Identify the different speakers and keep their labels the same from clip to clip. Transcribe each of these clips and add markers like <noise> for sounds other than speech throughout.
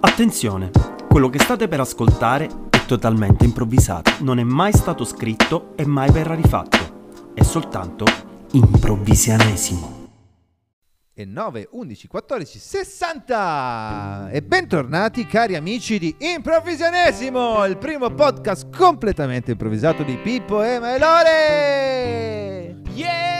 Speaker 1: Attenzione, quello che state per ascoltare è totalmente improvvisato, non è mai stato scritto e mai verrà rifatto, è soltanto improvvisianesimo.
Speaker 2: e 9, 11, 14, 60! E bentornati cari amici di Improvvisionesimo, il primo podcast completamente improvvisato di Pippo e Melore!
Speaker 3: Yeah!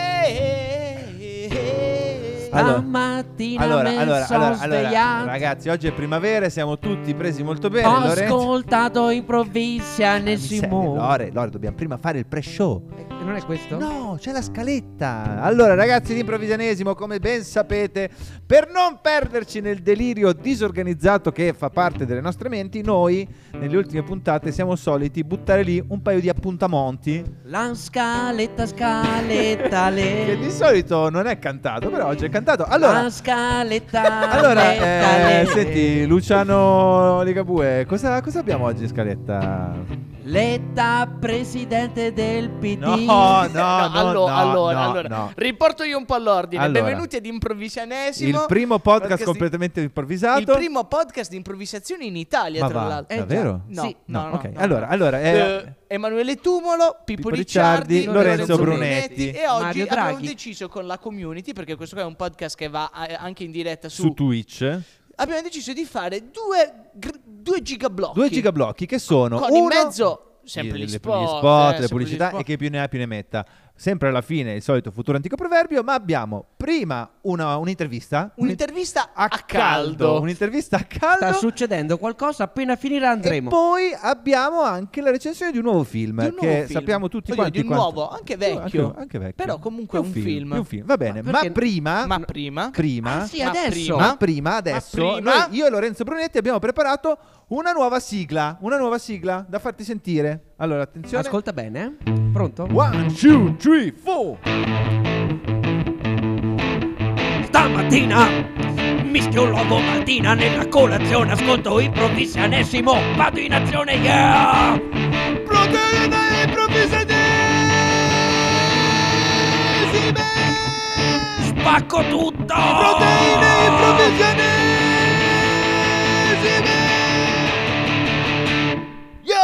Speaker 2: Allora,
Speaker 3: Stamattina
Speaker 2: Allora,
Speaker 3: mi
Speaker 2: allora,
Speaker 3: sono
Speaker 2: allora, allora,
Speaker 3: svegliato.
Speaker 2: ragazzi, oggi è primavera, siamo tutti presi molto bene,
Speaker 3: Ho
Speaker 2: Lorenzo.
Speaker 3: ascoltato improvvisa
Speaker 2: Simone.
Speaker 3: Nesimo.
Speaker 2: Lore, Lore, dobbiamo prima fare il pre-show.
Speaker 3: Non è questo?
Speaker 4: Esatto.
Speaker 2: No, c'è la scaletta. Allora, ragazzi di improvvisanesimo, come ben sapete, per non perderci nel delirio disorganizzato che fa parte delle nostre menti, noi nelle ultime puntate siamo soliti buttare lì un paio di appuntamenti
Speaker 3: La scaletta, scaletta, le.
Speaker 2: <laughs> che di solito non è cantato, però oggi è cantato. Allora,
Speaker 3: La scaletta.
Speaker 2: allora
Speaker 3: letta,
Speaker 2: eh,
Speaker 3: le.
Speaker 2: senti, Luciano Ligabue, cosa, cosa abbiamo oggi in scaletta?
Speaker 3: Letta, presidente del PD.
Speaker 2: no, no,
Speaker 4: allo-
Speaker 2: no,
Speaker 4: allora,
Speaker 2: no,
Speaker 4: allora.
Speaker 2: no.
Speaker 4: riporto io un po' all'ordine.
Speaker 2: Allora.
Speaker 4: Benvenuti ad Improvvisionesimo.
Speaker 2: Il primo podcast,
Speaker 4: di-
Speaker 2: completamente
Speaker 4: Il
Speaker 2: improvvisato.
Speaker 4: primo podcast di improvvisazione in Italia,
Speaker 2: Ma
Speaker 4: tra
Speaker 2: va,
Speaker 4: l'altro.
Speaker 3: Eh, già.
Speaker 2: davvero?
Speaker 4: No,
Speaker 3: Sì.
Speaker 4: no,
Speaker 2: No,
Speaker 4: no,
Speaker 2: ok.
Speaker 4: no,
Speaker 2: allora,
Speaker 4: no.
Speaker 2: allora, eh,
Speaker 4: Eh, Emanuele Tumolo, Pippo,
Speaker 2: Pippo
Speaker 4: Ricciardi,
Speaker 2: Ricciardi, Lorenzo Brunetti.
Speaker 4: e oggi
Speaker 3: Mario Draghi.
Speaker 4: abbiamo deciso con la community perché questo qua è un podcast che va eh, anche in diretta su, eh?
Speaker 2: su Twitch.
Speaker 4: abbiamo deciso di fare due, gr- due gigablocchi
Speaker 2: Due gigablocchi che sono
Speaker 4: con
Speaker 2: uno,
Speaker 4: in mezzo sempre
Speaker 2: gli-
Speaker 4: gli
Speaker 2: le-
Speaker 4: spot,
Speaker 2: gli
Speaker 4: eh,
Speaker 2: le
Speaker 4: sempre
Speaker 2: pubblicità
Speaker 4: gli spot.
Speaker 2: e che più ne ha più ne metta. Sempre alla fine il solito futuro antico proverbio, ma abbiamo prima una- un'intervista.
Speaker 4: un'intervista
Speaker 2: a
Speaker 4: a caldo.
Speaker 2: Un'intervista a caldo.
Speaker 3: Sta succedendo qualcosa, appena finirà
Speaker 2: e
Speaker 3: andremo.
Speaker 2: poi abbiamo anche la recensione di un nuovo film
Speaker 4: Di un nuovo
Speaker 2: che
Speaker 4: film.
Speaker 2: sappiamo tutti
Speaker 4: Voglio
Speaker 2: quanti
Speaker 4: dire, di un
Speaker 2: quanto-
Speaker 4: nuovo, anche vecchio.
Speaker 2: anche, anche vecchio.
Speaker 4: Però comunque
Speaker 2: È
Speaker 4: un film.
Speaker 2: è un film. Va bene,
Speaker 3: Ma
Speaker 2: ma,
Speaker 3: perché-
Speaker 2: prima
Speaker 4: Ma prima
Speaker 2: prima
Speaker 3: Ah, sì,
Speaker 4: Ma
Speaker 3: adesso.
Speaker 4: prima-
Speaker 2: Ma prima adesso
Speaker 4: Ma prima-
Speaker 2: noi- io e Lorenzo Brunetti abbiamo preparato una nuova sigla, una nuova sigla da farti sentire. Allora, attenzione.
Speaker 3: Ascolta bene, eh? Pronto?
Speaker 2: One, two, three, four.
Speaker 3: Stamattina mischio l'uovo mattina nella colazione ascolto improvvisanesimo vado in azione yeah spacco tutto proteine
Speaker 4: Yo!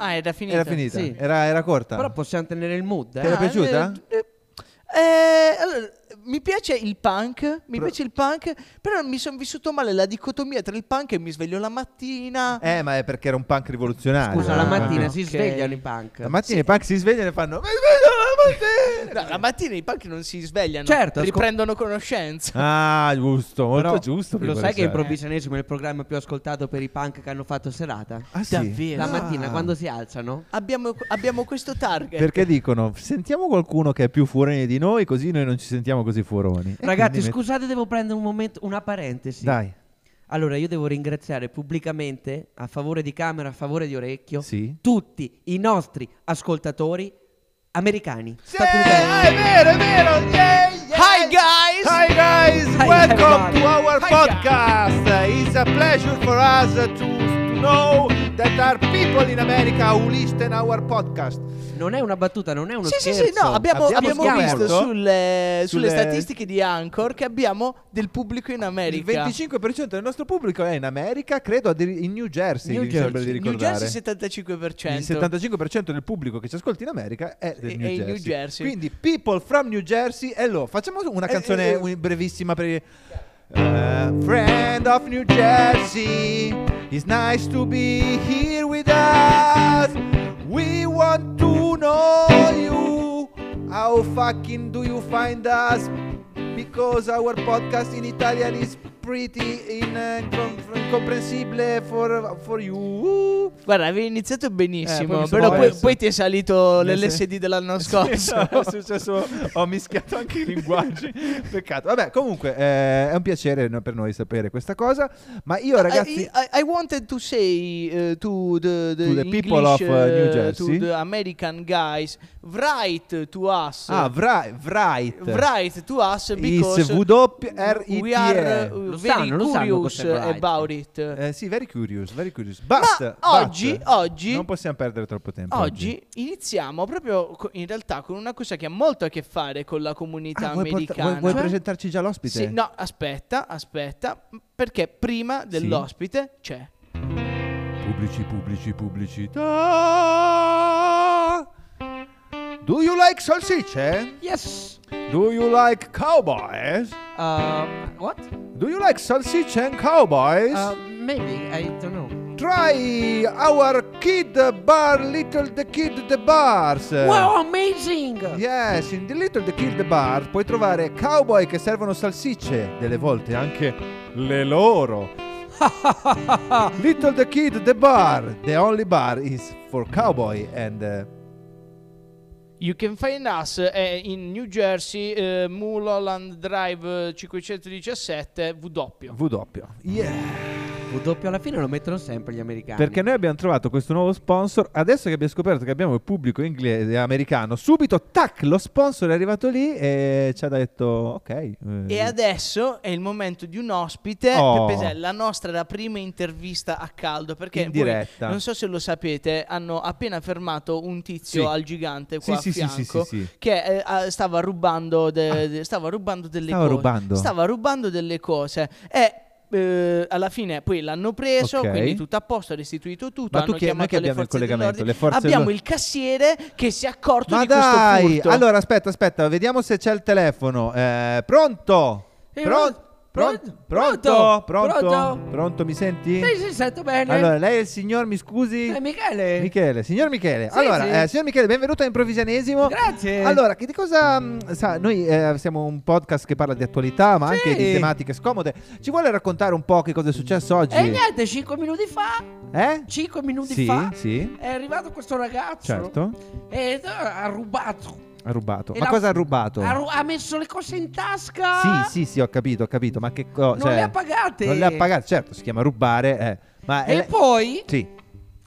Speaker 4: Ah, era finita.
Speaker 2: Era finita,
Speaker 3: Sì.
Speaker 2: era, era corta.
Speaker 3: però possiamo tenere il mood
Speaker 2: Te
Speaker 3: eh?
Speaker 2: la-
Speaker 4: Ah,
Speaker 2: piaciuta?
Speaker 4: eh, eh, allora, mi piace il punk, mi
Speaker 2: Pro-
Speaker 4: piace il punk, però mi sono vissuto male la dicotomia tra il punk e mi sveglio la mattina.
Speaker 2: Eh, ma è perché era un punk rivoluzionario.
Speaker 3: scusa
Speaker 2: eh.
Speaker 3: la mattina
Speaker 4: ok.
Speaker 3: si svegliano i punk
Speaker 2: La mattina i punk si svegliano e fanno "Mi sveglio la
Speaker 4: No, la mattina i punk non si svegliano,
Speaker 3: Certo, ascol-
Speaker 4: riprendono conoscenza.
Speaker 2: mattina". Ah, giusto, molto
Speaker 3: Però
Speaker 2: giusto.
Speaker 3: lo
Speaker 2: Piccolo
Speaker 3: sai che
Speaker 2: Sara.
Speaker 3: improvvisanesimo è il programma più ascoltato per i punk che hanno fatto serata
Speaker 2: Ah, sì?
Speaker 4: Davvero?
Speaker 3: la
Speaker 2: Ah.
Speaker 3: mattina quando si alzano
Speaker 4: Abbiamo, abbiamo questo target.
Speaker 2: Perché dicono "Sentiamo qualcuno che è più furone di noi, così noi non ci sentiamo così furoni". E
Speaker 3: Ragazzi,
Speaker 2: quindi met-
Speaker 3: scusate, devo prendere un momento, una parentesi.
Speaker 2: Dai.
Speaker 3: Allora, io devo ringraziare pubblicamente, a favore di camera, a favore di orecchio,
Speaker 2: Sì.
Speaker 3: tutti i nostri ascoltatori americani.
Speaker 2: Sì, eh! è vero, è vero. Yeah, yeah.
Speaker 4: Hi guys!
Speaker 2: Hi guys,
Speaker 3: Hi,
Speaker 2: welcome to
Speaker 3: everybody.
Speaker 2: our
Speaker 4: Hi,
Speaker 2: podcast. It's a pleasure for us to know that there are people in America who listen our podcast.
Speaker 3: Non è una battuta, non è uno
Speaker 4: Sì, sì,
Speaker 3: scherzo.
Speaker 4: sì, no, abbiamo,
Speaker 2: Abbiamo
Speaker 4: abbiamo
Speaker 3: scoperto
Speaker 4: visto sulle, sulle
Speaker 2: sulle-
Speaker 4: statistiche di Anchor che abbiamo del pubblico in
Speaker 2: Il
Speaker 4: America.
Speaker 2: 25% del nostro pubblico è in America, credo addir- in New Jersey,
Speaker 3: New
Speaker 2: mi sembra di
Speaker 3: Jersey.
Speaker 2: ricordare.
Speaker 4: New Jersey 75%.
Speaker 2: il 75% del pubblico che ci ascolta in America è del
Speaker 4: È-
Speaker 2: New,
Speaker 4: è in
Speaker 2: Jersey.
Speaker 4: New Jersey.
Speaker 2: Quindi people from New Jersey hello. Facciamo una
Speaker 4: Eh,
Speaker 2: canzone
Speaker 4: eh, eh.
Speaker 2: un- brevissima per Eh, Friend of New Jersey, it's nice to be here with us. We want to know you. How fucking do you find us? Because our podcast in Italian is pretty incomprensibile for, for you.
Speaker 4: Guarda, avevi iniziato
Speaker 2: Eh,
Speaker 4: benissimo,
Speaker 2: poi mi sono
Speaker 4: però poi,
Speaker 2: perso.
Speaker 4: poi ti è salito
Speaker 2: Mi è
Speaker 4: l'LSD
Speaker 2: <laughs>
Speaker 4: dell'anno
Speaker 2: Sì, esatto.
Speaker 4: scorso.
Speaker 2: no, è successo- ho mischiato anche i
Speaker 4: <laughs>
Speaker 2: linguaggi. Peccato. Vabbè, comunque eh, è un piacere no, per noi sapere questa cosa. Ma io, ragazzi,
Speaker 4: I, I- I wanted to say uh, to the,
Speaker 2: To the
Speaker 4: English,
Speaker 2: people of, uh, New
Speaker 4: uh,
Speaker 2: Jersey.
Speaker 4: to the American guys, write to us,
Speaker 2: ah, Vra- Wright.
Speaker 4: write to us
Speaker 2: Ah, Is
Speaker 4: because
Speaker 2: W R I T E.
Speaker 4: we are, uh,
Speaker 3: Lo
Speaker 4: very
Speaker 3: sanno, lo sanno
Speaker 4: curious
Speaker 3: cos'è Bright.
Speaker 4: about it.
Speaker 2: Eh, sì, very curious, very curious. But,
Speaker 4: Ma
Speaker 2: but,
Speaker 4: oggi- oggi-
Speaker 2: Non possiamo perdere troppo tempo.
Speaker 4: Oggi iniziamo proprio co- in realtà con una cosa che ha molto a che fare con la comunità
Speaker 2: Ah, vuoi, porta-
Speaker 4: americana.
Speaker 2: vuoi- vuoi presentarci già l'ospite?
Speaker 4: Sì, no, aspetta, aspetta, perché prima dell'ospite c'è.
Speaker 2: Pubblici, pubblici, pubblicità. Do you like salsicce?
Speaker 3: Yes.
Speaker 2: Do you like cowboys?
Speaker 3: Uh, what?
Speaker 2: Do you like salsicce and cowboys?
Speaker 4: Um,
Speaker 3: Uh, maybe I don't know.
Speaker 2: Try our kid bar, Little the Kid the Bars.
Speaker 3: Wow, amazing! <laughs>
Speaker 2: Yes, in The Little the Kid the Bar puoi trovare cowboy che servono salsicce, delle volte anche le loro. Little the Kid the Bar, the only bar is for cowboy and uh,
Speaker 4: You can find us eh, in New Jersey, eh, Mulholland Drive eh, 517 W.
Speaker 2: W. Yeah.
Speaker 3: W doppio alla fine lo mettono sempre gli americani.
Speaker 2: Perché noi abbiamo trovato questo nuovo sponsor. Adesso che abbiamo scoperto che abbiamo il pubblico inglese e americano, subito tac, lo sponsor è arrivato lì e ci ha detto: Ok. eh,
Speaker 4: E adesso è il momento di un ospite,
Speaker 2: Oh.
Speaker 4: Peppesè, la nostra la prima intervista a caldo, perché
Speaker 2: In
Speaker 4: voi,
Speaker 2: diretta.
Speaker 4: non so se lo sapete, hanno appena fermato un tizio
Speaker 2: Sì.
Speaker 4: al gigante
Speaker 2: sì,
Speaker 4: qua
Speaker 2: sì, sì,
Speaker 4: a
Speaker 2: sì,
Speaker 4: fianco
Speaker 2: sì, sì. Ah.
Speaker 4: che eh, ah, stava rubando de- de- stava rubando delle
Speaker 2: Stava
Speaker 4: cose.
Speaker 2: rubando.
Speaker 4: Stava rubando delle cose e eh, alla fine poi l'hanno preso,
Speaker 2: Ok.
Speaker 4: quindi tutto a posto, ha restituito tutto.
Speaker 2: Ma tu
Speaker 4: hanno
Speaker 2: chi è? Noi
Speaker 4: chiamato
Speaker 2: che
Speaker 4: le
Speaker 2: abbiamo il
Speaker 4: forze
Speaker 2: collegamento,
Speaker 4: dell'ordine.
Speaker 2: le forze
Speaker 4: abbiamo
Speaker 2: dello-
Speaker 4: il cassiere che si è accorto
Speaker 2: Ma
Speaker 4: di questo
Speaker 2: dai,
Speaker 4: furto.
Speaker 2: allora aspetta, aspetta, vediamo se c'è il telefono. Eh, pronto?
Speaker 3: Eh,
Speaker 2: Pron-
Speaker 3: pron-
Speaker 2: pron-
Speaker 3: pronto?
Speaker 2: pronto? Pronto?
Speaker 3: Pronto?
Speaker 2: Pronto, mi senti?
Speaker 3: Sì, sì, sento bene.
Speaker 2: Allora, lei è il signor, mi scusi?
Speaker 3: Eh, Michele.
Speaker 2: Michele, signor Michele,
Speaker 3: Sì,
Speaker 2: allora,
Speaker 3: sì.
Speaker 2: eh, signor Michele, benvenuto a Improvisianesimo.
Speaker 3: Grazie.
Speaker 2: Allora, che di cosa mh, sa, noi eh, siamo un podcast che parla di attualità, ma
Speaker 3: Sì.
Speaker 2: anche di tematiche scomode. Ci vuole raccontare un po' che cosa è successo oggi?
Speaker 3: E Eh, niente, 5 minuti fa,
Speaker 2: eh?
Speaker 3: 5 minuti
Speaker 2: Sì,
Speaker 3: fa,
Speaker 2: sì.
Speaker 3: è arrivato questo ragazzo
Speaker 2: Certo,
Speaker 3: e eh, ha rubato.
Speaker 2: ha rubato.
Speaker 3: E
Speaker 2: ma
Speaker 3: l'ha-
Speaker 2: cosa ha rubato?
Speaker 3: Ha, ru- ha messo le cose in tasca.
Speaker 2: Sì, sì, sì, ho capito, ho capito, ma che cosa?
Speaker 3: Non le ha pagate.
Speaker 2: Non le ha pagate, certo, si chiama rubare, eh. Ma
Speaker 3: E
Speaker 2: è-
Speaker 3: poi
Speaker 2: Sì,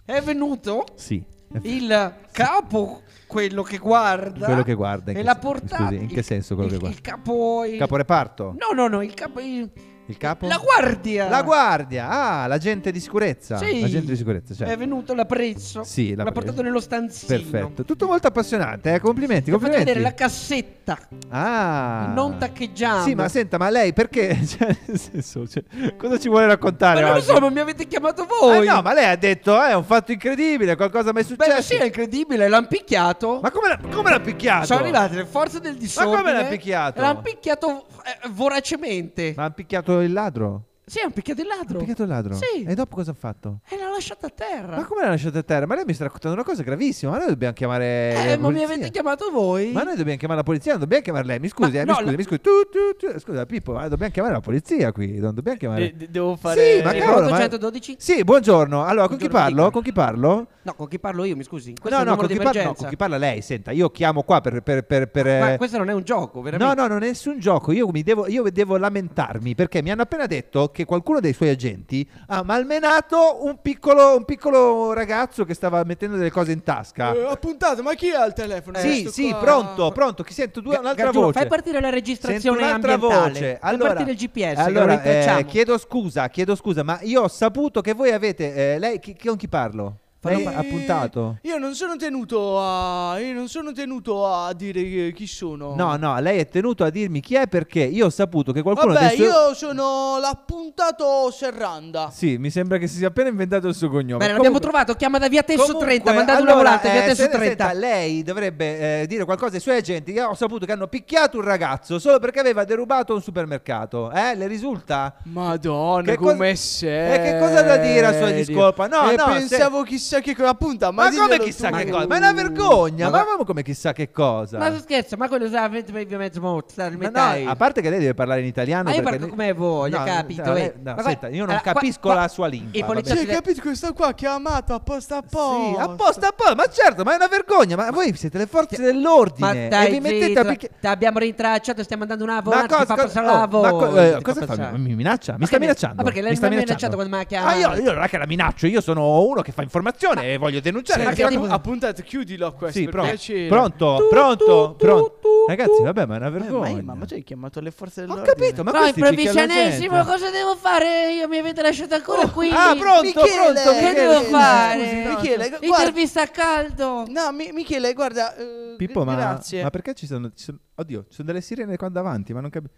Speaker 3: è venuto
Speaker 2: sì.
Speaker 3: il capo, quello che guarda.
Speaker 2: Quello che guarda, in
Speaker 3: E
Speaker 2: che
Speaker 3: l'ha
Speaker 2: sen-
Speaker 3: portato.
Speaker 2: scusi, in che
Speaker 3: il-
Speaker 2: senso quello
Speaker 3: il-
Speaker 2: che guarda?
Speaker 3: Il capo. il-
Speaker 2: Caporeparto?
Speaker 3: No, no, no, il capo. il-
Speaker 2: Il capo?
Speaker 3: La guardia.
Speaker 2: La guardia, ah, l'agente di sicurezza.
Speaker 3: Sì.
Speaker 2: L'agente di sicurezza, certo.
Speaker 3: È venuto, l'ha preso.
Speaker 2: Sì, l'ha
Speaker 3: l'ha
Speaker 2: preso.
Speaker 3: portato nello stanzino.
Speaker 2: Perfetto, tutto molto appassionante, eh? complimenti,
Speaker 3: Ti ho fatto
Speaker 2: complimenti.
Speaker 3: vedere la cassetta.
Speaker 2: Ah.
Speaker 3: Non taccheggiamo.
Speaker 2: Sì, ma senta, ma lei perché <laughs> cioè, nel senso, cioè, cosa ci vuole raccontare
Speaker 3: Ma non lo
Speaker 2: oggi?
Speaker 3: so, ma mi avete chiamato voi.
Speaker 2: Ah, no, ma lei ha detto, eh, è un fatto incredibile, qualcosa mi è
Speaker 3: Beh,
Speaker 2: successo.
Speaker 3: ma sì, è incredibile, l'hanno picchiato.
Speaker 2: Ma come l'ha, come l'ha picchiato?
Speaker 3: sono arrivate le forze del disordine.
Speaker 2: come l'hanno picchiato?
Speaker 3: L'hanno picchiato eh, voracemente.
Speaker 2: Ma ha picchiato il ladro?
Speaker 3: Sì, hanno picchiato il ladro.
Speaker 2: Ha picchiato il ladro?
Speaker 3: Sì.
Speaker 2: E dopo cosa ha fatto?
Speaker 3: E l'ha lasciata a terra.
Speaker 2: Ma come l'ha lasciato a terra? Ma lei mi sta raccontando una cosa gravissima. Ma noi dobbiamo chiamare.
Speaker 3: eh,
Speaker 2: la
Speaker 3: ma mi
Speaker 2: polizia.
Speaker 3: avete chiamato voi?
Speaker 2: Ma noi dobbiamo chiamare la polizia, non dobbiamo chiamare lei. Mi scusi,
Speaker 3: Ma-
Speaker 2: eh,
Speaker 3: no,
Speaker 2: mi scusi,
Speaker 3: la-
Speaker 2: mi scusi. Tu, tu, tu. Scusa, Pippo, ma dobbiamo chiamare la polizia qui. Non dobbiamo chiamare.
Speaker 4: De- de- devo fare
Speaker 2: Sì, ma
Speaker 3: Eh,
Speaker 2: cavolo, ma-
Speaker 3: 812?
Speaker 2: Sì, buongiorno. Allora, con chi
Speaker 3: Buongiorno,
Speaker 2: parlo?
Speaker 3: dica.
Speaker 2: Con chi parlo?
Speaker 3: No, con chi parlo io, mi scusi. Questo
Speaker 2: No,
Speaker 3: è il
Speaker 2: no, con
Speaker 3: numero di
Speaker 2: chi, parlo, no,
Speaker 3: emergenza.
Speaker 2: con chi parla lei? Senta, io chiamo qua per. per, per, per
Speaker 3: Ma
Speaker 2: eh,
Speaker 3: questo non è un gioco,
Speaker 2: No,
Speaker 3: veramente.
Speaker 2: no, non è nessun gioco. Io mi devo, io devo lamentarmi perché mi hanno appena detto che qualcuno dei suoi agenti ha malmenato un piccolo, un piccolo ragazzo che stava mettendo delle cose in tasca.
Speaker 4: Eh, ho puntato, ma chi ha il telefono?
Speaker 2: sì, sì, pronto, pronto. Chi sento due,
Speaker 3: Ga-
Speaker 2: un'altra
Speaker 3: Gargiulo,
Speaker 2: voce.
Speaker 3: fai partire la registrazione
Speaker 2: Sento un'altra
Speaker 3: ambientale.
Speaker 2: voce.
Speaker 3: Fai
Speaker 2: Allora,
Speaker 3: partire il GPS, che lo
Speaker 2: Allora,
Speaker 3: rintracciamo.
Speaker 2: eh, chiedo scusa, chiedo scusa, ma io ho saputo che voi avete. eh, lei chi- chi- con chi parlo?
Speaker 3: Fanno
Speaker 2: Lei ha puntato.
Speaker 4: Io non sono tenuto a io non sono tenuto a dire chi sono.
Speaker 2: No, no, lei è tenuto a dirmi chi è perché io ho saputo che qualcuno
Speaker 4: Vabbè,
Speaker 2: adesso.
Speaker 4: io sono l'appuntato Serranda.
Speaker 2: Sì, mi sembra che si sia appena inventato il suo cognome.
Speaker 3: Bene, l'abbiamo
Speaker 2: Comunque-
Speaker 3: trovato. Chiama da via Tesso
Speaker 2: Comunque,
Speaker 3: 30. Mandate
Speaker 2: allora,
Speaker 3: una volante, via
Speaker 2: eh,
Speaker 3: Tesso
Speaker 2: senta,
Speaker 3: 30.
Speaker 2: senta, lei dovrebbe eh, dire qualcosa ai suoi agenti. Io ho saputo che hanno picchiato un ragazzo solo perché aveva derubato un supermercato. Eh, le risulta?
Speaker 4: Madonna,
Speaker 2: Che cosa-
Speaker 4: come sei?
Speaker 2: Eh, che cosa da dire a sua discolpa? No,
Speaker 4: Eh,
Speaker 2: no,
Speaker 4: pensavo chissà che cosa appunta, ma,
Speaker 2: Ma, come
Speaker 4: diglielo
Speaker 2: chissà
Speaker 4: tu.
Speaker 2: che cosa? Ma è una vergogna!
Speaker 3: Ma
Speaker 2: Ma,
Speaker 3: va-
Speaker 2: ma come chissà che cosa?
Speaker 3: Ma scherzo, ma quello sarà 20 per mezzo morto. Dai,
Speaker 2: Ma no,
Speaker 3: dai.
Speaker 2: a parte che lei deve parlare in italiano.
Speaker 3: Ma io
Speaker 2: perché
Speaker 3: parlo
Speaker 2: lei-
Speaker 3: come voglio,
Speaker 2: No,
Speaker 3: capito?
Speaker 2: no,
Speaker 3: eh.
Speaker 2: lei- no,
Speaker 3: Ma guarda-
Speaker 2: senta, io non
Speaker 3: allora, qua-
Speaker 2: capisco
Speaker 3: qua-
Speaker 2: la sua lingua.
Speaker 3: i
Speaker 2: va
Speaker 3: poliziotti
Speaker 2: bene.
Speaker 4: Cioè,
Speaker 3: le-
Speaker 4: capito questa qua ha chiamato apposta apposta.
Speaker 2: Sì, apposta, apposta, ma certo, ma è una vergogna. Ma voi siete le forze dell'ordine
Speaker 3: Cioè, Ma dai,
Speaker 2: e vi mettete a
Speaker 3: zitto,
Speaker 2: picchiare.
Speaker 3: ti abbiamo rintracciato, stiamo andando una volante, ti fa
Speaker 2: cosa-
Speaker 3: passare
Speaker 2: oh,
Speaker 3: la
Speaker 2: ma co-
Speaker 3: voce,
Speaker 2: eh,
Speaker 3: ti fa
Speaker 2: cosa fa?
Speaker 3: passare.
Speaker 2: Mi, mi minaccia? Mi
Speaker 3: Ma
Speaker 2: sta
Speaker 3: che mi-
Speaker 2: minacciando?
Speaker 3: ma perché lei
Speaker 2: mi sta
Speaker 3: non mi ha
Speaker 2: minacciando
Speaker 3: minacciato quando mi ha chiamato?
Speaker 2: Ah, io, io non è che la minaccio, io sono uno che fa informazione e voglio denunciare.
Speaker 3: Sì,
Speaker 2: perché
Speaker 3: infatti-
Speaker 2: la-
Speaker 3: tipo-
Speaker 4: ha puntato, chiudilo questo.
Speaker 2: Ah, Sì,
Speaker 4: per
Speaker 2: pronto,
Speaker 4: piacere.
Speaker 2: pronto,
Speaker 3: Tu,
Speaker 2: pronto,
Speaker 3: tu,
Speaker 2: pronto.
Speaker 3: tu, tu.
Speaker 2: Ragazzi, vabbè, ma è una
Speaker 5: Eh, ma,
Speaker 2: vergogna.
Speaker 5: ma, ma tu hai chiamato le forze
Speaker 2: Ho
Speaker 5: dell'ordine.
Speaker 2: capito, ma
Speaker 3: Ma no,
Speaker 2: questi picchiano la
Speaker 3: improvvisanissimo,
Speaker 2: gente.
Speaker 3: cosa devo fare? Io mi avete lasciato ancora qui.
Speaker 2: Ah, pronto,
Speaker 5: Michele,
Speaker 2: pronto.
Speaker 5: che
Speaker 2: Michele.
Speaker 3: devo
Speaker 5: Scusi,
Speaker 3: fare?
Speaker 5: no, Michele, gu- guarda,
Speaker 3: Intervista a caldo.
Speaker 5: no, Mi- Michele, guarda, eh,
Speaker 2: Pippo, ma,
Speaker 5: grazie.
Speaker 2: ma perché ci sono, ci sono- Oddio, ci sono delle sirene qua davanti, ma non capisco.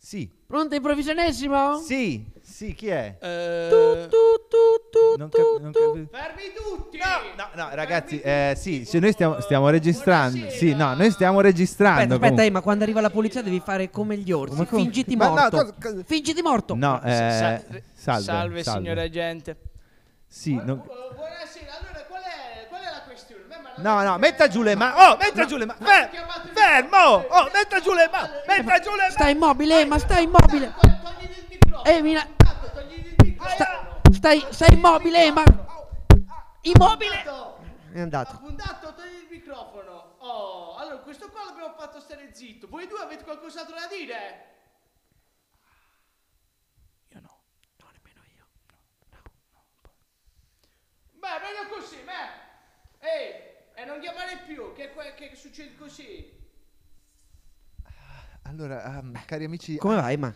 Speaker 2: Sì.
Speaker 3: Pronto, improvvisanissimo?
Speaker 2: Sì, sì, chi è?
Speaker 4: Eh,
Speaker 3: Tu, tu, tu, tu,
Speaker 2: Non
Speaker 3: tu,
Speaker 2: cap- non
Speaker 3: tu.
Speaker 2: capi-
Speaker 4: Fermi tutti!
Speaker 2: No, no, ragazzi, eh, sì, sì, noi stiamo, stiamo registrando. Sì, no, noi stiamo
Speaker 3: Aspetta,
Speaker 2: registrando.
Speaker 3: aspetta,
Speaker 2: comunque.
Speaker 3: eh, ma quando arriva la polizia devi fare come gli orsi.
Speaker 2: Ma come-
Speaker 3: Fingiti
Speaker 2: ma no,
Speaker 3: morto.
Speaker 2: cosa-
Speaker 3: Fingiti morto.
Speaker 2: No, eh,
Speaker 4: Sa-
Speaker 2: salve,
Speaker 4: salve,
Speaker 2: salve,
Speaker 4: signor agente.
Speaker 2: Sì, non-
Speaker 4: Bu- Oh, Buonasera, allora qual è, qual è la questione? Beh, ma non
Speaker 2: No,
Speaker 4: è-
Speaker 2: no, metta giù le mani. Oh, metta giù le mani. Fer-
Speaker 4: Chiamate-
Speaker 2: fermo! Oh, metta giù le mani. Metta giù le
Speaker 3: Stai immobile, ma stai immobile.
Speaker 4: Togli- Togli il microfono!
Speaker 3: Eh, mi la-
Speaker 4: Tanto, togli il microfono!
Speaker 3: sta- stai, stai immobile, ma... Immobile!
Speaker 5: Eh,
Speaker 3: È
Speaker 4: Ha
Speaker 3: andato.
Speaker 4: puntato, togli il microfono! Oh, allora questo qua l'abbiamo fatto stare zitto. Voi due avete qualcos'altro da dire?
Speaker 3: No, nemmeno io.
Speaker 4: Beh, meglio così, beh! Ehi, e non chiamare più, che, que- che succede così?
Speaker 2: Allora, ehm, cari amici,
Speaker 3: Come vai, ma?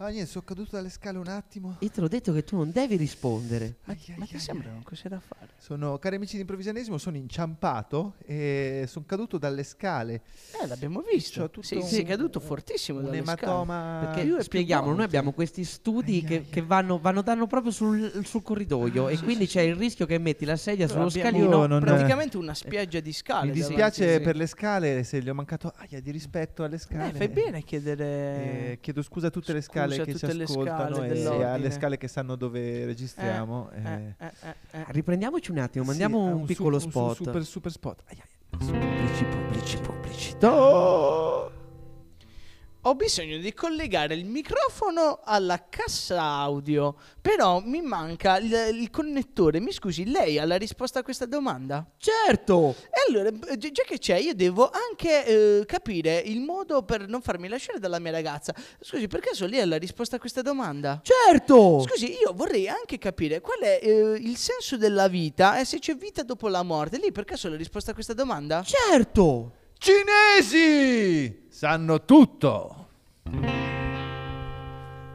Speaker 2: ah, niente, sono caduto dalle scale un attimo.
Speaker 3: Io te l'ho detto che tu non devi rispondere.
Speaker 5: Ma,
Speaker 2: Ai, ai,
Speaker 5: ma
Speaker 2: ai,
Speaker 5: ti sembra non cos'è da fare?
Speaker 2: Sono, cari amici di improvvisionismo, sono inciampato e sono caduto dalle scale.
Speaker 5: Eh, l'abbiamo visto.
Speaker 2: C'ho tutto
Speaker 5: Sei,
Speaker 2: un-
Speaker 5: sei caduto fortissimo
Speaker 2: Un
Speaker 5: dalle scale.
Speaker 2: ematoma.
Speaker 3: Perché
Speaker 5: Io e più
Speaker 3: spieghiamolo, noi
Speaker 5: volte.
Speaker 3: abbiamo questi studi
Speaker 2: Ai,
Speaker 3: che,
Speaker 2: ai, Ah,
Speaker 3: che vanno, vanno danno proprio sul, sul corridoio e quindi c'è il rischio che metti la sedia
Speaker 5: Però
Speaker 3: sullo
Speaker 5: abbiamo
Speaker 3: scalino.
Speaker 2: Io non-
Speaker 5: praticamente una spiaggia di scale.
Speaker 2: Mi
Speaker 5: davanti,
Speaker 2: dispiace
Speaker 5: sì.
Speaker 2: per le scale se gli ho mancato aia di rispetto alle scale.
Speaker 5: Eh, fai bene a chiedere.
Speaker 2: Eh, chiedo scusa a tutte le
Speaker 5: Scusa a
Speaker 2: scale che ci
Speaker 5: tutte le
Speaker 2: ascoltano
Speaker 5: scale
Speaker 2: e
Speaker 5: dell'ordine.
Speaker 2: alle scale che sanno dove registriamo.
Speaker 5: Eh,
Speaker 2: eh.
Speaker 5: eh, eh, eh.
Speaker 3: Riprendiamoci un attimo,
Speaker 2: Sì,
Speaker 3: mandiamo
Speaker 2: eh,
Speaker 3: un,
Speaker 2: su-
Speaker 3: piccolo
Speaker 2: su-
Speaker 3: spot.
Speaker 2: super super spot. Ai, ai.
Speaker 5: Pubblici, pubblici, pubblicità.
Speaker 4: Ho bisogno di collegare il microfono alla cassa audio, però mi manca il, il connettore. Mi scusi, lei ha la risposta a questa domanda?
Speaker 3: Certo!
Speaker 4: E allora, b- gi- già che c'è, io devo anche eh, capire il modo per non farmi lasciare dalla mia ragazza. Scusi, per caso lei ha la risposta a questa domanda?
Speaker 3: Certo!
Speaker 4: Scusi, io vorrei anche capire qual è eh, il senso della vita e se c'è vita dopo la morte. Lei per caso ha la risposta a questa domanda?
Speaker 3: Certo!
Speaker 2: Cinesi sanno tutto.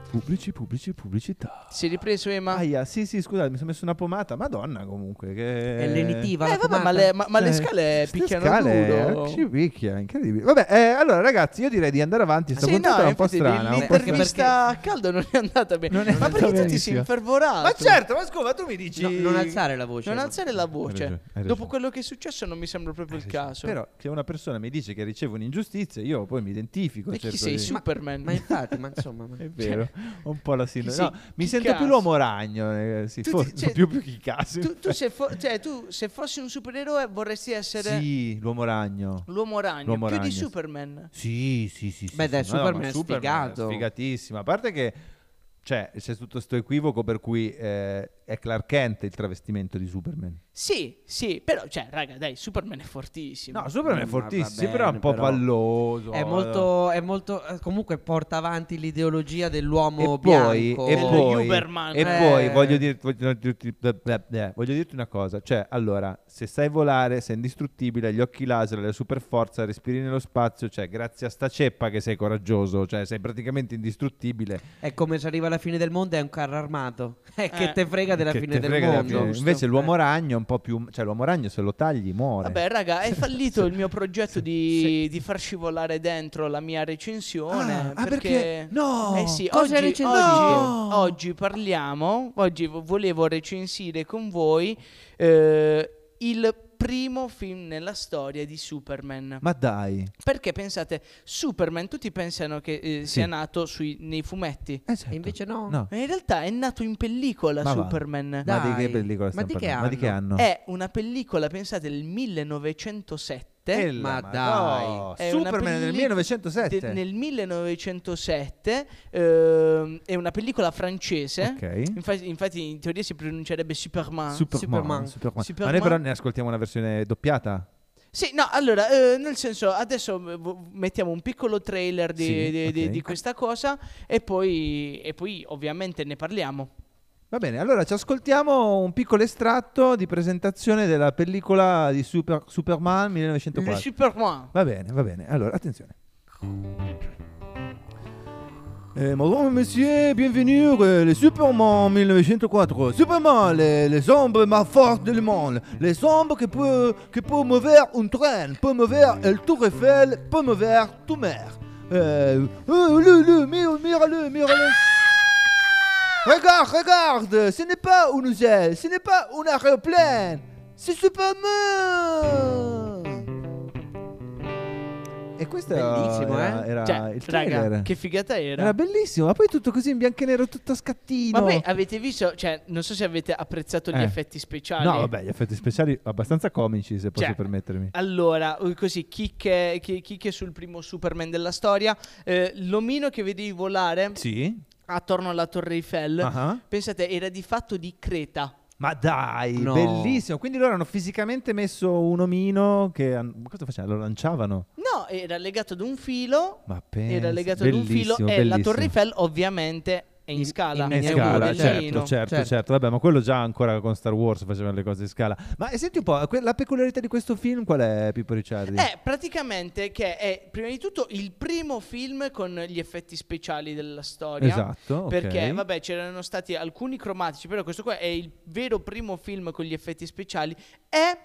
Speaker 2: Pubblici, pubblici, pubblicità.
Speaker 4: Si è ripreso Emma?
Speaker 2: Aia, sì, sì, scusa, mi sono messo una pomata. Madonna, comunque. Che...
Speaker 3: È lenitiva la
Speaker 4: eh vabbè, ma
Speaker 3: pomata.
Speaker 4: le, ma- ma le
Speaker 2: Eh,
Speaker 4: scale
Speaker 2: ste
Speaker 4: picchiano
Speaker 2: scale,
Speaker 4: duro.
Speaker 2: eh, Ci picchia, incredibile. Vabbè, eh, allora ragazzi, io direi di andare avanti. Sta
Speaker 4: Ah, Sì, no,
Speaker 2: puntata è un po'
Speaker 4: infatti
Speaker 2: strana. un po' strana.
Speaker 4: l'intervista a caldo non è andata bene.
Speaker 2: Non è
Speaker 4: ma perché
Speaker 2: andata
Speaker 4: tutti si
Speaker 2: benissimo.
Speaker 4: infervorati?
Speaker 2: Ma certo, ma scusa, tu mi dici...
Speaker 3: No, non alzare la voce.
Speaker 4: Non
Speaker 3: no.
Speaker 4: alzare la voce.
Speaker 2: ragione, hai ragione. Eh,
Speaker 4: Dopo quello che è successo non mi sembra proprio il caso.
Speaker 2: Però che una persona mi dice che ricevo un'ingiustizia, io poi mi identifico.
Speaker 4: e chi
Speaker 2: cerco
Speaker 4: sei?
Speaker 2: di-
Speaker 4: Superman?
Speaker 3: Ma infatti, ma insomma...
Speaker 4: <laughs>
Speaker 3: ma-
Speaker 2: È vero, Cioè, un po' la sindrome.
Speaker 4: Chi sei?
Speaker 2: No, mi
Speaker 4: Chi
Speaker 2: sento
Speaker 4: cazzo?
Speaker 2: più l'uomo ragno, eh, sì,
Speaker 4: Tu ti-
Speaker 2: forse
Speaker 4: cioè,
Speaker 2: più, più chi cazzo.
Speaker 4: tu, tu se fo- cioè, tu se fossi un supereroe vorresti essere
Speaker 2: Sì, l'uomo ragno.
Speaker 4: l'uomo ragno,
Speaker 2: L'uomo
Speaker 4: più
Speaker 2: ragno,
Speaker 4: di
Speaker 2: sì.
Speaker 4: Superman.
Speaker 2: Sì, sì, sì. sì,
Speaker 3: Beh,
Speaker 2: sì,
Speaker 3: dai,
Speaker 2: ma no,
Speaker 3: Superman
Speaker 2: ma
Speaker 3: è
Speaker 2: è
Speaker 3: sfigato.
Speaker 2: sfigatissimo. A parte che cioè, c'è tutto questo equivoco per cui eh, è Clark Kent il travestimento di Superman.
Speaker 4: Sì, sì, però cioè, raga, dai, Superman è fortissimo.
Speaker 2: No, Superman è
Speaker 3: Mm,
Speaker 2: fortissimo,
Speaker 3: va
Speaker 2: sì, però è un
Speaker 3: bene,
Speaker 2: po'
Speaker 3: però.
Speaker 2: palloso.
Speaker 3: È molto, è molto eh, comunque porta avanti l'ideologia dell'uomo
Speaker 2: e poi,
Speaker 3: bianco.
Speaker 2: e
Speaker 4: Dello
Speaker 2: poi,
Speaker 4: Uberman.
Speaker 2: e
Speaker 4: Eh.
Speaker 2: poi voglio, dirti, voglio, dirti, beh, beh, beh, voglio dirti una cosa: cioè, allora, se sai volare, sei indistruttibile, hai gli occhi laser, la super forza, respiri nello spazio, cioè, grazie a sta ceppa che sei coraggioso, cioè, sei praticamente indistruttibile.
Speaker 3: È come se arriva la fine del mondo e è un carro armato. <laughs> Eh,
Speaker 4: Eh.
Speaker 3: che te frega della
Speaker 2: Che
Speaker 3: fine
Speaker 2: te
Speaker 3: del
Speaker 2: frega della
Speaker 3: mondo. Eh.
Speaker 2: fine.
Speaker 4: Giusto.
Speaker 2: Invece, l'uomo ragno è un po' più, cioè, l'uomo ragno se lo tagli, muore.
Speaker 4: Vabbè,
Speaker 2: <laughs>
Speaker 4: raga, è fallito il mio progetto di, di far scivolare dentro la mia recensione.
Speaker 2: Ah, ah, perché- no!
Speaker 4: Eh sì,
Speaker 3: Cosa hai
Speaker 4: oggi, oggi,
Speaker 3: recensito?
Speaker 2: No!
Speaker 4: oggi parliamo. Oggi vo- volevo recensire con voi eh, il primo film nella storia di Superman.
Speaker 2: Ma dai,
Speaker 4: Perché pensate, Superman, tutti pensano che eh, sia nato sui- nei fumetti.
Speaker 2: Eh, certo.
Speaker 3: E invece no.
Speaker 2: no.
Speaker 4: Ma in realtà è nato in pellicola
Speaker 2: Ma va.
Speaker 4: Superman.
Speaker 2: Ma di
Speaker 3: Dai,
Speaker 2: che pellicola
Speaker 3: ma
Speaker 2: stiamo
Speaker 3: di che Eh,
Speaker 2: parlando? Ma di che anno?
Speaker 4: È una pellicola, pensate, del 1907.
Speaker 2: Eh, la
Speaker 3: Ma
Speaker 2: madò,
Speaker 4: È una
Speaker 2: Superman del
Speaker 4: pellic-
Speaker 2: 1907.
Speaker 4: de- nel 1907 ehm, è una pellicola francese.
Speaker 2: Ok.
Speaker 4: Infatti, infatti in teoria si pronuncierebbe Superman.
Speaker 2: Superman,
Speaker 3: Superman.
Speaker 2: Superman.
Speaker 4: Superman.
Speaker 2: Ma noi però ne ascoltiamo una versione doppiata.
Speaker 4: Sì, no, allora, eh, nel senso, adesso eh, vo- mettiamo un piccolo trailer di,
Speaker 2: Sì,
Speaker 4: di- di-
Speaker 2: ok.
Speaker 4: di questa cosa e poi, e poi ovviamente ne parliamo.
Speaker 2: Va bene, allora ci ascoltiamo un piccolo estratto di presentazione della pellicola di Super- Superman
Speaker 4: Le
Speaker 2: 1904.
Speaker 4: Superman.
Speaker 2: Va bene, va bene. Allora, attenzione. madame, Eh, monsieur, bienvenue, euh, le Superman 1904. Superman, les, les ombres, ma force de le monde. Les ombres qui peut, qui peut mover un train, peut mover le Tour Eiffel, peut mover tout mer. Euh, euh, le, le, mire- mire-le, mire-le. Regarde, regarde, ce n'est pas une aile, ce n'est pas un aéroplane, c'est Superman! E questo
Speaker 3: Bellissimo,
Speaker 2: era,
Speaker 3: eh?
Speaker 2: era
Speaker 4: Cioè,
Speaker 2: Ah, il trailer.
Speaker 4: raga, che figata era.
Speaker 2: Era bellissimo, ma poi tutto così in bianco e nero, tutto a scattino.
Speaker 4: Ma poi avete visto, cioè, non so se avete apprezzato gli
Speaker 2: Eh.
Speaker 4: effetti speciali.
Speaker 2: no, vabbè, gli effetti speciali abbastanza comici, se posso
Speaker 4: Cioè,
Speaker 2: permettermi.
Speaker 4: Allora, eh, così, chicche, chi- chicche sul primo Superman della storia. Eh, l'omino che vedevi volare
Speaker 2: Sì.
Speaker 4: attorno alla Torre Eiffel,
Speaker 2: Ah.
Speaker 4: pensate, era di fatto di Creta.
Speaker 2: Ma dai,
Speaker 3: No.
Speaker 2: bellissimo. Quindi loro hanno fisicamente messo un omino che an- ma cosa facevano? Lo lanciavano.
Speaker 4: No, era legato ad un filo,
Speaker 2: Ma pensa,
Speaker 4: era legato ad un filo e
Speaker 2: bellissimo,
Speaker 4: la
Speaker 2: bellissimo.
Speaker 4: Torre Eiffel ovviamente è Ah, in
Speaker 3: In-
Speaker 4: scala.
Speaker 3: in
Speaker 2: È in
Speaker 4: è un
Speaker 2: scala,
Speaker 3: del
Speaker 4: modellino.
Speaker 2: certo, certo,
Speaker 3: Certo.
Speaker 2: certo. Vabbè, ma quello già ancora con Star Wars facevano le cose in scala. Ma eh, senti un po', que- la peculiarità di questo film qual è, Pippo Ricciardi?
Speaker 4: È Eh, praticamente che è prima di tutto il primo film con gli effetti speciali della storia.
Speaker 2: esatto. ok.
Speaker 4: Perché, vabbè, c'erano stati alcuni cromatici, però questo qua è il vero primo film con gli effetti speciali. È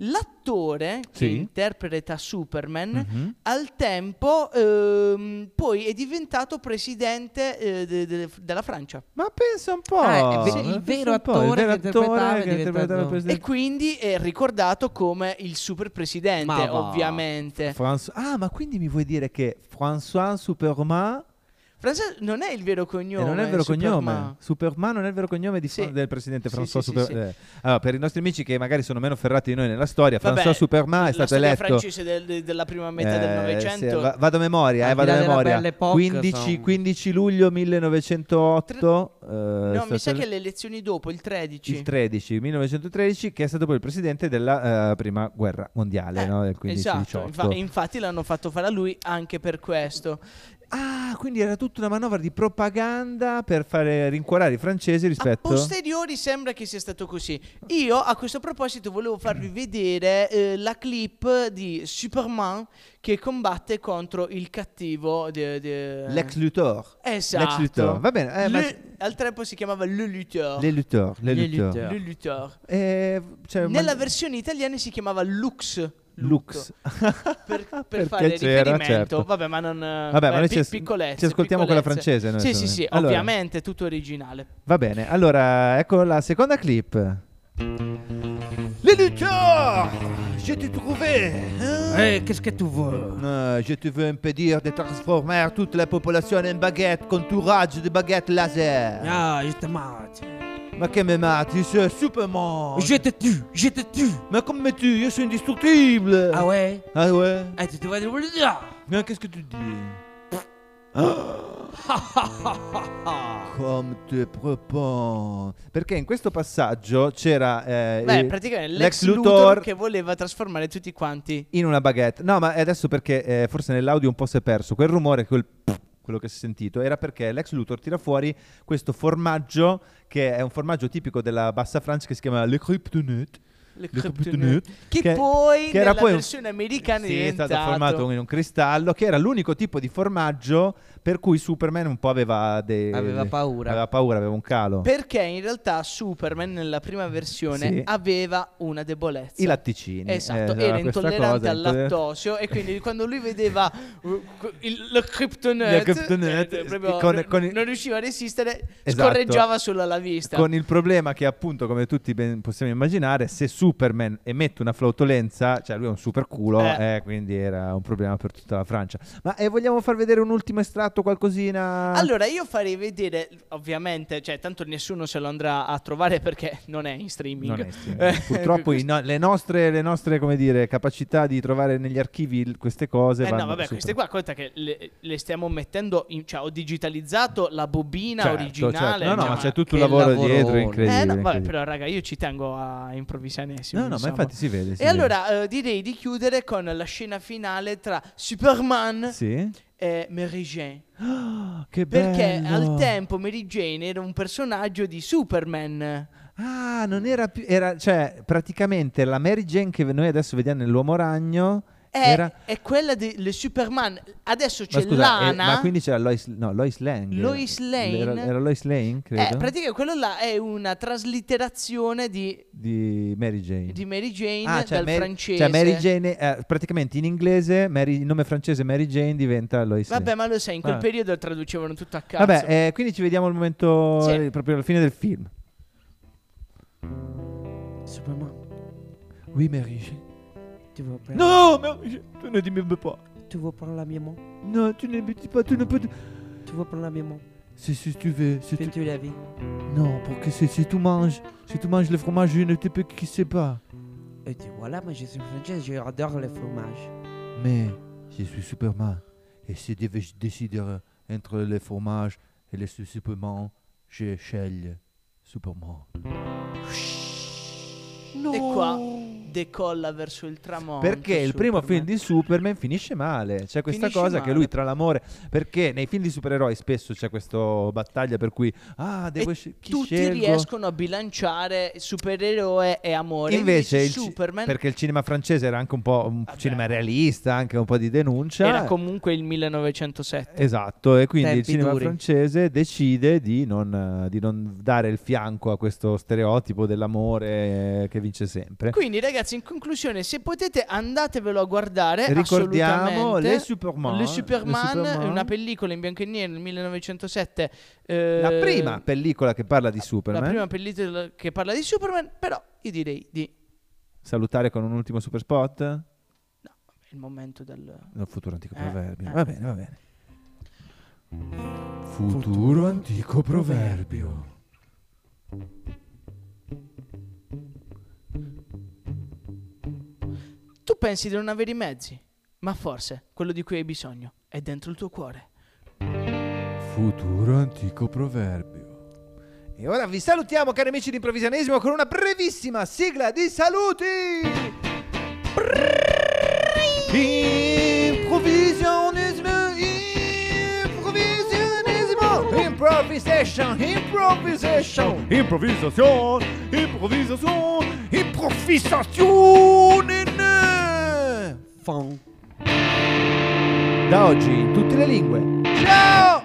Speaker 4: l'attore che
Speaker 2: Sì.
Speaker 4: interpreta Superman.
Speaker 2: Mhm.
Speaker 4: Al tempo, ehm, poi è diventato presidente eh, de- de- della Francia.
Speaker 2: Ma pensa un
Speaker 4: Eh,
Speaker 2: po',
Speaker 3: Ah, è ve-
Speaker 2: ma
Speaker 3: il
Speaker 2: pensa
Speaker 3: vero
Speaker 2: un po', il
Speaker 3: attore
Speaker 2: vero
Speaker 3: che
Speaker 2: attore
Speaker 3: interpretava
Speaker 2: che
Speaker 3: è
Speaker 2: interpretava il
Speaker 3: diventato-
Speaker 4: E
Speaker 2: presidente.
Speaker 4: quindi è ricordato come il super presidente,
Speaker 3: Ma va.
Speaker 4: ovviamente.
Speaker 2: François- Ah, ma quindi mi vuoi dire che François Superman
Speaker 4: Francia non è il vero cognome.
Speaker 2: E Eh, non è il vero cognome.
Speaker 4: Superman.
Speaker 2: Superman non è il vero cognome di
Speaker 4: Sì.
Speaker 2: Fra- del presidente
Speaker 4: Sì,
Speaker 2: François
Speaker 4: sì, sì,
Speaker 2: Superman. Allora, per i nostri amici che magari sono meno ferrati di noi nella storia,
Speaker 4: Vabbè,
Speaker 2: François Superman è
Speaker 4: la
Speaker 2: stato
Speaker 4: storia
Speaker 2: eletto.
Speaker 4: francese del- della prima metà
Speaker 2: eh,
Speaker 4: del
Speaker 2: se-
Speaker 4: Novecento.
Speaker 2: va- vado a memoria, eh,
Speaker 3: Al di
Speaker 2: vado a
Speaker 3: là della
Speaker 2: memoria.
Speaker 3: Belle Époque,
Speaker 2: 15,
Speaker 3: insomma.
Speaker 2: 15 luglio 1908. eh, è
Speaker 4: No, mi sa
Speaker 2: stato
Speaker 4: che le elezioni dopo, il 13.
Speaker 2: il 13, 1913, che è stato poi il presidente della eh, prima guerra mondiale,
Speaker 4: Eh,
Speaker 2: no? del 15-18.
Speaker 4: esatto, infa- infatti l'hanno fatto fare a lui anche per questo.
Speaker 2: Ah, quindi era tutta una manovra di propaganda per fare rincuorare i francesi rispetto
Speaker 4: A posteriori sembra che sia stato così. Io a questo proposito volevo
Speaker 2: Mm.
Speaker 4: farvi vedere eh, la clip di Superman che combatte contro il cattivo de- de-
Speaker 2: l'ex Luthor.
Speaker 4: Esatto.
Speaker 2: Lex Luthor, va bene, eh, ma-
Speaker 4: Le- Al tempo si chiamava Le Luthor.
Speaker 2: Le Luthor, le
Speaker 3: Le
Speaker 2: Luthor.
Speaker 3: Luthor.
Speaker 4: Le Luthor.
Speaker 2: Eh, cioè,
Speaker 4: Nella
Speaker 2: ma-
Speaker 4: versione italiana si chiamava Lux.
Speaker 2: Lux. <laughs>
Speaker 4: per, per
Speaker 2: Perché
Speaker 4: fare
Speaker 2: c'era,
Speaker 4: riferimento.
Speaker 2: certo.
Speaker 4: Vabbè, ma non. eh,
Speaker 2: Vabbè, ma noi ci,
Speaker 4: ci,
Speaker 2: as- ci ascoltiamo quella francese. noi,
Speaker 4: Sì, sì,
Speaker 2: insomma.
Speaker 4: sì,
Speaker 2: Allora,
Speaker 4: ovviamente, tutto originale.
Speaker 2: Va bene, allora ecco la seconda clip.
Speaker 5: Les lutteurs Je t'ai trouvé hein
Speaker 3: Eh, qu'est-ce que tu veux?
Speaker 5: Euh, Je te veux impédir de transformer toute la population en baguette contourage de baguette laser
Speaker 3: Ah, je te mate.
Speaker 5: Ma che me mati, c'est Superman
Speaker 3: Je te tue, je te tue.
Speaker 5: Ma come tu, io sono indestructible
Speaker 3: Ah ouais?
Speaker 5: Ah ouais
Speaker 3: Eh, tu te vas dire.
Speaker 5: Mais qu'est-ce que tu
Speaker 4: <gasps>
Speaker 5: dis
Speaker 2: Come te propon. Perché in questo passaggio c'era eh,
Speaker 4: Beh,
Speaker 2: il-
Speaker 4: praticamente
Speaker 2: l'ex
Speaker 4: l'ex Luthor,
Speaker 2: Luthor-
Speaker 4: che voleva trasformare tutti quanti.
Speaker 2: in una baguette. No, ma adesso perché eh, forse nell'audio un po' si è perso quel rumore, quel quello che si è sentito era perché l'ex Luthor tira fuori questo formaggio che è un formaggio tipico della bassa Francia che si chiama le kryptonite.
Speaker 4: Le
Speaker 2: Le
Speaker 4: Kryptonite.
Speaker 2: kryptonite,
Speaker 4: Che,
Speaker 2: che-
Speaker 4: poi
Speaker 2: che era
Speaker 4: nella
Speaker 2: poi un-
Speaker 4: versione americana
Speaker 2: Sì, è stato
Speaker 4: diventato-
Speaker 2: formato in un cristallo che era l'unico tipo di formaggio per cui Superman un po' aveva dei-
Speaker 3: Aveva paura.
Speaker 2: aveva paura, aveva un calo.
Speaker 4: Perché in realtà Superman nella prima versione
Speaker 2: Sì.
Speaker 4: aveva una debolezza.
Speaker 2: I latticini.
Speaker 4: Esatto,
Speaker 2: eh,
Speaker 4: era
Speaker 2: questa
Speaker 4: intollerante
Speaker 2: cosa,
Speaker 4: al
Speaker 2: intoller-
Speaker 4: lattosio e quindi quando lui
Speaker 2: <laughs>
Speaker 4: vedeva uh, il, la
Speaker 2: La
Speaker 4: kryptonite,
Speaker 2: kryptonite,
Speaker 4: eh, proprio
Speaker 2: con-
Speaker 4: non-
Speaker 2: con il-
Speaker 4: non riusciva a resistere,
Speaker 2: Esatto.
Speaker 4: scorreggiava solo alla vista.
Speaker 2: Con il problema che, appunto, come tutti ben possiamo immaginare, se Superman emette una flautolenza, cioè lui è un super culo,
Speaker 4: Eh.
Speaker 2: eh, quindi era un problema per tutta la Francia. Ma eh, vogliamo far vedere un ultimo estratto, qualcosina?
Speaker 4: Allora io farei vedere, ovviamente, cioè tanto nessuno se lo andrà a trovare perché non è in streaming. <laughs>
Speaker 2: Non è streaming.
Speaker 4: Eh,
Speaker 2: Purtroppo i
Speaker 4: questo-
Speaker 2: no- le, nostre, le nostre, come dire, capacità di trovare negli archivi il- queste cose.
Speaker 4: Eh
Speaker 2: vanno
Speaker 4: no, vabbè,
Speaker 2: super-
Speaker 4: queste qua conta che le, le stiamo mettendo, in- cioè ho digitalizzato la bobina
Speaker 2: Certo, certo.
Speaker 4: originale.
Speaker 2: No, no,
Speaker 4: cioè,
Speaker 2: ma c'è tutto un
Speaker 3: che
Speaker 2: lavoro
Speaker 3: lavorone.
Speaker 2: dietro
Speaker 4: Eh,
Speaker 2: incredibile.
Speaker 4: no, vabbè,
Speaker 2: incredibile.
Speaker 4: però raga, io ci tengo a improvvisanissimo.
Speaker 2: No, no, ma
Speaker 4: insomma.
Speaker 2: infatti si vede. si
Speaker 4: E
Speaker 2: vede.
Speaker 4: <gasps> allora eh, direi di chiudere con la scena finale tra Superman
Speaker 2: Sì?
Speaker 4: eh, Mary Jane.
Speaker 2: Che bello.
Speaker 4: Perché al tempo Mary Jane era un personaggio di Superman.
Speaker 2: Ah, non era più. Era, cioè, praticamente la Mary Jane che noi adesso vediamo nell'Uomo Ragno.
Speaker 4: È,
Speaker 2: era.
Speaker 4: Eh, è quella del Superman. Adesso c'è
Speaker 2: Ma scusa, eh,
Speaker 4: Lana.
Speaker 2: ma quindi c'era Lois, no, Lois Lane.
Speaker 4: Lois Lane.
Speaker 2: Era, era Lois Lane, credo.
Speaker 4: eh, praticamente quello là è una traslitterazione di,
Speaker 2: di Mary Jane.
Speaker 4: di Mary Jane
Speaker 2: Ah, cioè
Speaker 4: dal
Speaker 2: Mary-
Speaker 4: francese.
Speaker 2: Cioè Mary Jane, eh, praticamente in inglese, Mary- il nome francese Mary Jane diventa Lois
Speaker 4: Vabbè,
Speaker 2: Lane.
Speaker 4: ma lo sai, in quel
Speaker 2: Vabbè.
Speaker 4: periodo traducevano tutto a caso.
Speaker 2: Vabbè, eh, quindi ci vediamo al momento,
Speaker 4: Sì.
Speaker 2: eh, proprio alla fine del film.
Speaker 3: Superman,
Speaker 2: Oui, Mary Jane.
Speaker 3: tu veux prendre,
Speaker 2: No, Mary Jane, tu ne dimmi pas.
Speaker 3: tu veux prendre la maman,
Speaker 2: No, tu ne dis pas, tu ne peux...
Speaker 3: tu veux prendre la maman,
Speaker 2: Si, si tu veux, si
Speaker 3: puis
Speaker 2: tu...
Speaker 3: tu la vie.
Speaker 2: Non, pour que si, si tu manges, si tu manges le fromage, je ne te peux sais pas.
Speaker 3: Et tu voilà, moi je suis française, j'adore le fromage.
Speaker 2: Mais je suis Superman. Et si je devais décider entre le fromage et le Superman, je sceglio Superman.
Speaker 4: E qua decolla verso il tramonto.
Speaker 2: Perché il primo
Speaker 4: Superman.
Speaker 2: film di Superman finisce male. C'è questa
Speaker 4: Finisce
Speaker 2: cosa che
Speaker 4: male.
Speaker 2: lui tra l'amore. Perché nei film di supereroi spesso c'è questa battaglia per cui ah, devo
Speaker 4: E
Speaker 2: sce- chi
Speaker 4: Tutti
Speaker 2: scelgo?
Speaker 4: riescono a bilanciare supereroe e amore.
Speaker 2: Invece, il ci-
Speaker 4: Superman
Speaker 2: perché il cinema francese era anche un po' un cinema realista, anche un po' di denuncia.
Speaker 4: era comunque il 1907.
Speaker 2: Esatto, e quindi il
Speaker 3: Tempi
Speaker 2: cinema
Speaker 3: duri.
Speaker 2: francese decide di non, eh, di non dare il fianco a questo stereotipo dell'amore eh, che vince sempre.
Speaker 4: Quindi, ragazzi, in conclusione, se potete andatevelo a guardare.
Speaker 2: Ricordiamo
Speaker 4: assolutamente.
Speaker 2: Le Superman.
Speaker 4: Le Superman,
Speaker 2: Le Superman.
Speaker 4: è una pellicola in bianco e nero del 1907. eh,
Speaker 2: La prima pellicola che parla di Superman.
Speaker 4: La prima pellicola che parla di Superman, però io direi di...
Speaker 2: Salutare con un ultimo super spot?
Speaker 4: No, è il momento del...
Speaker 2: No, futuro antico
Speaker 4: Eh,
Speaker 2: proverbio.
Speaker 4: eh.
Speaker 2: Va bene, va bene. Futuro antico proverbio.
Speaker 4: Tu pensi di non avere i mezzi, ma forse quello di cui hai bisogno è dentro il tuo cuore.
Speaker 2: Futuro antico proverbio. E ora vi salutiamo cari amici di Improvvisionismo con una brevissima sigla di saluti. Improvisionismo, improvisionismo, improvisation, improvisation, improvisation, improvisation, improvisation.
Speaker 3: Fong.
Speaker 2: Da oggi in tutte le lingue.
Speaker 4: Ciao!